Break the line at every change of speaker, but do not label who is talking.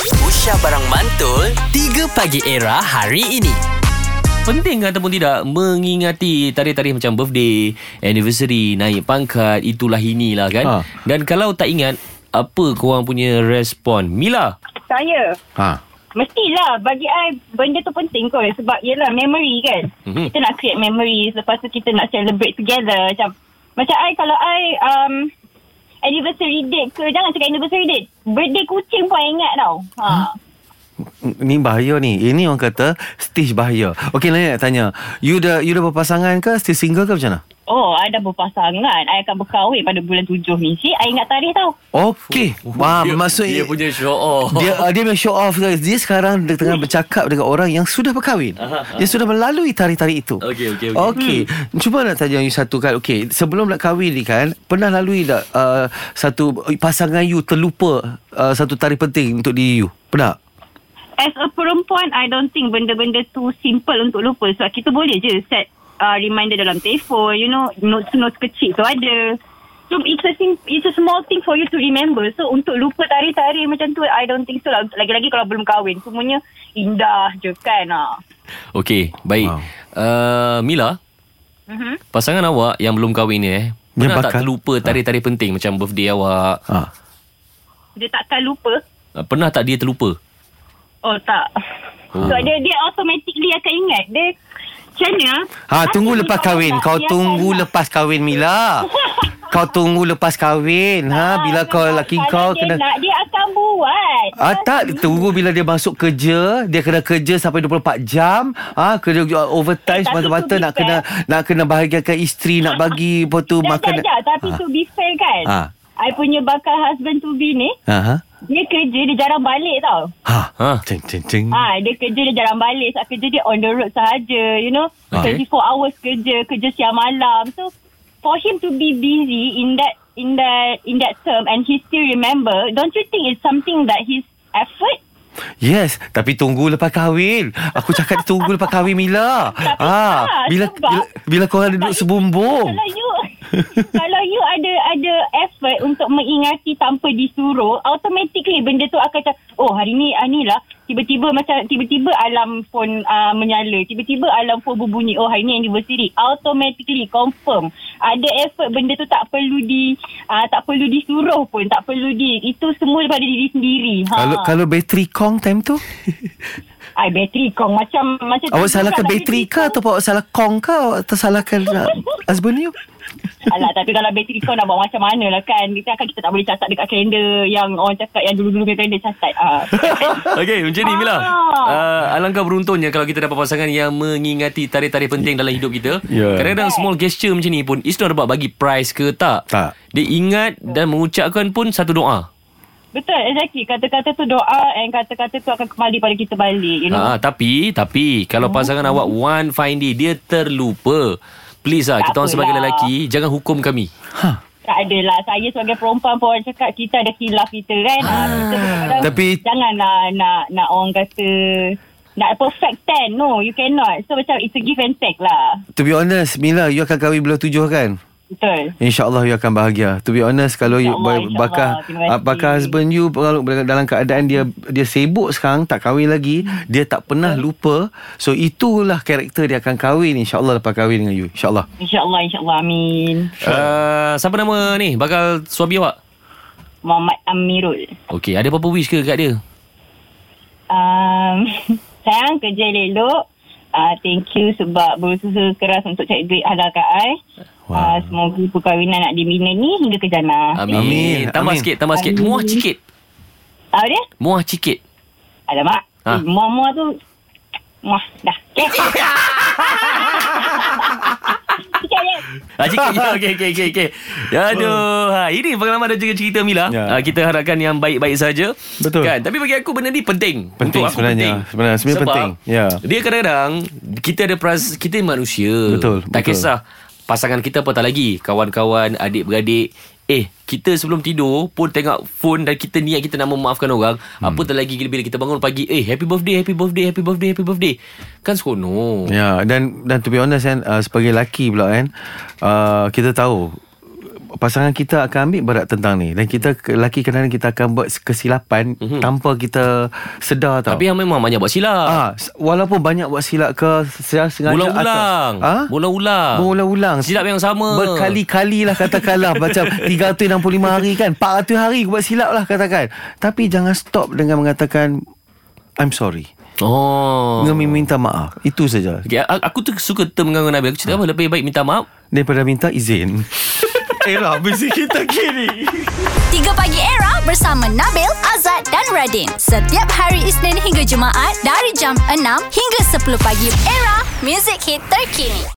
Aisyah Barang Mantul 3 Pagi Era hari ini
Penting ke ataupun tidak mengingati tarikh-tarikh macam birthday, anniversary, naik pangkat, itulah inilah kan.
Ha.
Ha. Dan kalau tak ingat, apa korang punya respon? Mila,
Saya
Ha.
Mestilah bagi I Benda tu penting kot Sebab yelah memory kan
Mhm.
mm-hmm. Kita nak create memories Lepas tu kita nak celebrate together Macam Macam I kalau I um, Anniversary date ke Jangan cakap anniversary date Birthday kucing pun I ingat tau ha.
Ni bahaya ni. Ini orang kata stage bahaya. Okey, Lani nak tanya. You dah you dah berpasangan ke? Still single ke macam mana?
Oh I dah berpasangan I akan berkahwin pada bulan tujuh ni Si I ingat tarikh tau
Okey. Wah,
Oh,
maksud
dia punya Oh. show off.
dia uh, dia punya show off guys. Dia sekarang dia tengah bercakap dengan orang yang sudah berkahwin. Dia sudah melalui tarik-tarik itu.
Okey, okey, okey.
Okey. Hmm. Cuba nak tanya you satu kan. Okey, sebelum nak kahwin ni kan, pernah lalui tak uh, satu pasangan you terlupa uh, satu tarikh penting untuk diri you? Pernah?
As a perempuan I don't think benda-benda tu Simple untuk lupa Sebab kita boleh je Set uh, reminder dalam telefon You know Notes-notes kecil tu ada So it's a sim- it's a small thing for you to remember. So untuk lupa tarikh-tarikh macam tu, I don't think so lah. Lagi-lagi kalau belum kahwin, semuanya indah je kan. Ah.
Okey, baik.
Wow.
Wow. Uh, Mila,
Mhm.
pasangan awak yang belum kahwin ni eh,
Dia
pernah
bakal-
tak terlupa tarikh-tarikh penting macam birthday awak?
Ha.
Dia takkan lupa.
Uh, Pernah tak dia terlupa?
Oh tak.
Ah.
Oh.
So dia dia automatically akan ingat. Dia macam mana?
Ha tunggu lepas kahwin. Kau
lah.
tunggu lepas kahwin Mila. Kau tunggu lepas kahwin. Ha bila kau laki kau
kena...
kena
Nak, Ah, dia akan buat.
Ah tak tunggu bila dia masuk kerja, dia kena kerja sampai 24 jam. Ah kerja overtime
Eh, tapi
semata-mata
to be
nak kena nak kena bahagiakan isteri, nak bagi lepas tu
Dah,
makan.
dah, dah. Tapi
Ah.
to be fair kan.
Ah.
I punya bakal husband to be ni.
Aha.
Dia kerja, dia jarang balik tau.
Ha.
Ha.
Ting ting ting.
Ah, dia kerja dia jarang balik. Sebab kerja dia on the road sahaja, you know.
Ah.
Okay. 24 hours kerja, kerja siang malam. So for him to be busy in that in that in that term and he still remember, don't you think it's something that his effort?
Yes, tapi tunggu lepas kahwin. Aku cakap tunggu lepas kahwin Mila.
Tapi
Ah,
tak,
bila
sebab-
bila, bila korang duduk sebumbung.
Kalau you kalau you ada ada effort untuk mengingati tanpa disuruh, automatically benda tu akan macam oh hari ni ah, ni lah tiba-tiba macam tiba-tiba alarm phone uh, menyala, tiba-tiba alarm phone berbunyi oh hari ni anniversary. Automatically confirm ada effort benda tu tak perlu di uh, tak perlu disuruh pun, tak perlu di itu semua daripada diri sendiri. Ha.
Kalau kalau bateri kong time tu?
Ay, Ah, bateri kong macam macam
Awak
tu
salahkan
pula
bateri ke Atau awak salah kong ke Awak tersalahkan uh, husband you
Alah tapi kalau bateri kau nak buat macam mana lah kan Kita kan kita tak boleh catat dekat kalender Yang orang cakap yang dulu-dulu punya kalender catat ah.
Okey, macam ni Mila.
Ah.
Uh, alangkah beruntungnya kalau kita dapat pasangan yang mengingati tarikh-tarikh penting dalam hidup kita.
Ya.
Kadang-kadang small gesture macam ni pun it's not about bagi prize ke tak.
Tak.
Dia ingat dan mengucapkan pun satu doa.
Betul exactly Kata-kata tu doa And kata-kata tu akan kembali pada kita balik You know
Ha, tapi tapi kalau pasangan
Ya.
awak one fine day dia terlupa. Please lah,
Tak
kita orang sebagai
apalah.
lelaki jangan hukum kami.
Tak adalah Saya sebagai perempuan pun orang cakap Kita ada khilaf kita kan ah. kita kadang-kadang
Tapi-
Janganlah nak, nak orang kata Nak perfect ten No you cannot So macam it's a give and take lah
To be honest Mila you akan kahwin bulan tujuh kan
Betul
InsyaAllah you akan bahagia To be honest Kalau you
InsyaAllah,
ba- bakar
insyaAllah. Terima
ah, Bakar
kasih.
husband you Kalau dalam keadaan dia Dia sibuk sekarang Tak kahwin lagi Dia tak pernah lupa So itulah karakter dia akan kahwin InsyaAllah lepas kahwin dengan you InsyaAllah
InsyaAllah InsyaAllah amin
Uh, siapa nama ni? Bakal suami awak?
Muhammad Amirul
Okey, ada apa-apa wish ke kat dia?
Um, sayang kerja elok. Uh, thank you sebab berusaha keras untuk cari duit halal kat I. Wow. Uh, semoga perkahwinan nak dibina ni hingga ke jana.
Amin.
Amin.
Tambah
Amin.
sikit, tambah sikit.
Amin.
Muah sikit.
Tahu dia?
Muah sikit.
Alamak.
Ha.
Ha. Eh, muah-muah tu. Muah. Dah. Eh. Okay. Sekejap je.
Ah, cik, ya, okey, okey, okey, okey. Aduh, ha, ini pengalaman dan juga cerita Mila.
Ya.
Ya. Ha, kita harapkan yang baik-baik saja.
Betul.
Kan? Tapi bagi aku benda ni penting.
Penting
Untuk aku
sebenarnya.
penting.
Sebenarnya, sebenarnya
Sebab
penting. Ya.
Dia kadang-kadang kita ada peras kita manusia.
Betul,
Tak
betul.
kisah pasangan kita apa tak lagi, kawan-kawan, adik-beradik. Eh, kita sebelum tidur pun tengok phone dan kita niat kita nak memaafkan orang. Hmm. Apa tak lagi bila kita bangun pagi, eh happy birthday, happy birthday, happy birthday, happy birthday. Kan seronok.
Ya dan dan to be honest kan uh, sebagai lelaki pula kan uh, kita tahu pasangan kita akan ambil berat tentang ni dan kita lelaki kadang-kadang kita akan buat kesilapan mm-hmm. tanpa kita sedar tau.
Mhm. Tapi yang memang banyak buat silap.
Ah, s- walaupun banyak buat silap ke secara sengaja
Ulang-ulang.
atau- Ah?
Ulang-ulang.
Berulang-ulang.
Silap yang sama.
Berkali-kali lah katakanlah macam 365 hari kan, 400 hari aku buat silap lah katakan. Tapi jangan stop dengan mengatakan I'm sorry.
Oh.
Dengan minta maaf. Itu saja.
Okay, a- aku tu suka term mengganggu Nabi. Aku cakap apa? Lebih baik minta maaf.
Daripada minta izin. Era bisik kita kini.
3 Pagi Era bersama Nabil, Azad dan Radin. Setiap hari Isnin hingga Jumaat dari jam 6 hingga 10 pagi. Era, music hit terkini.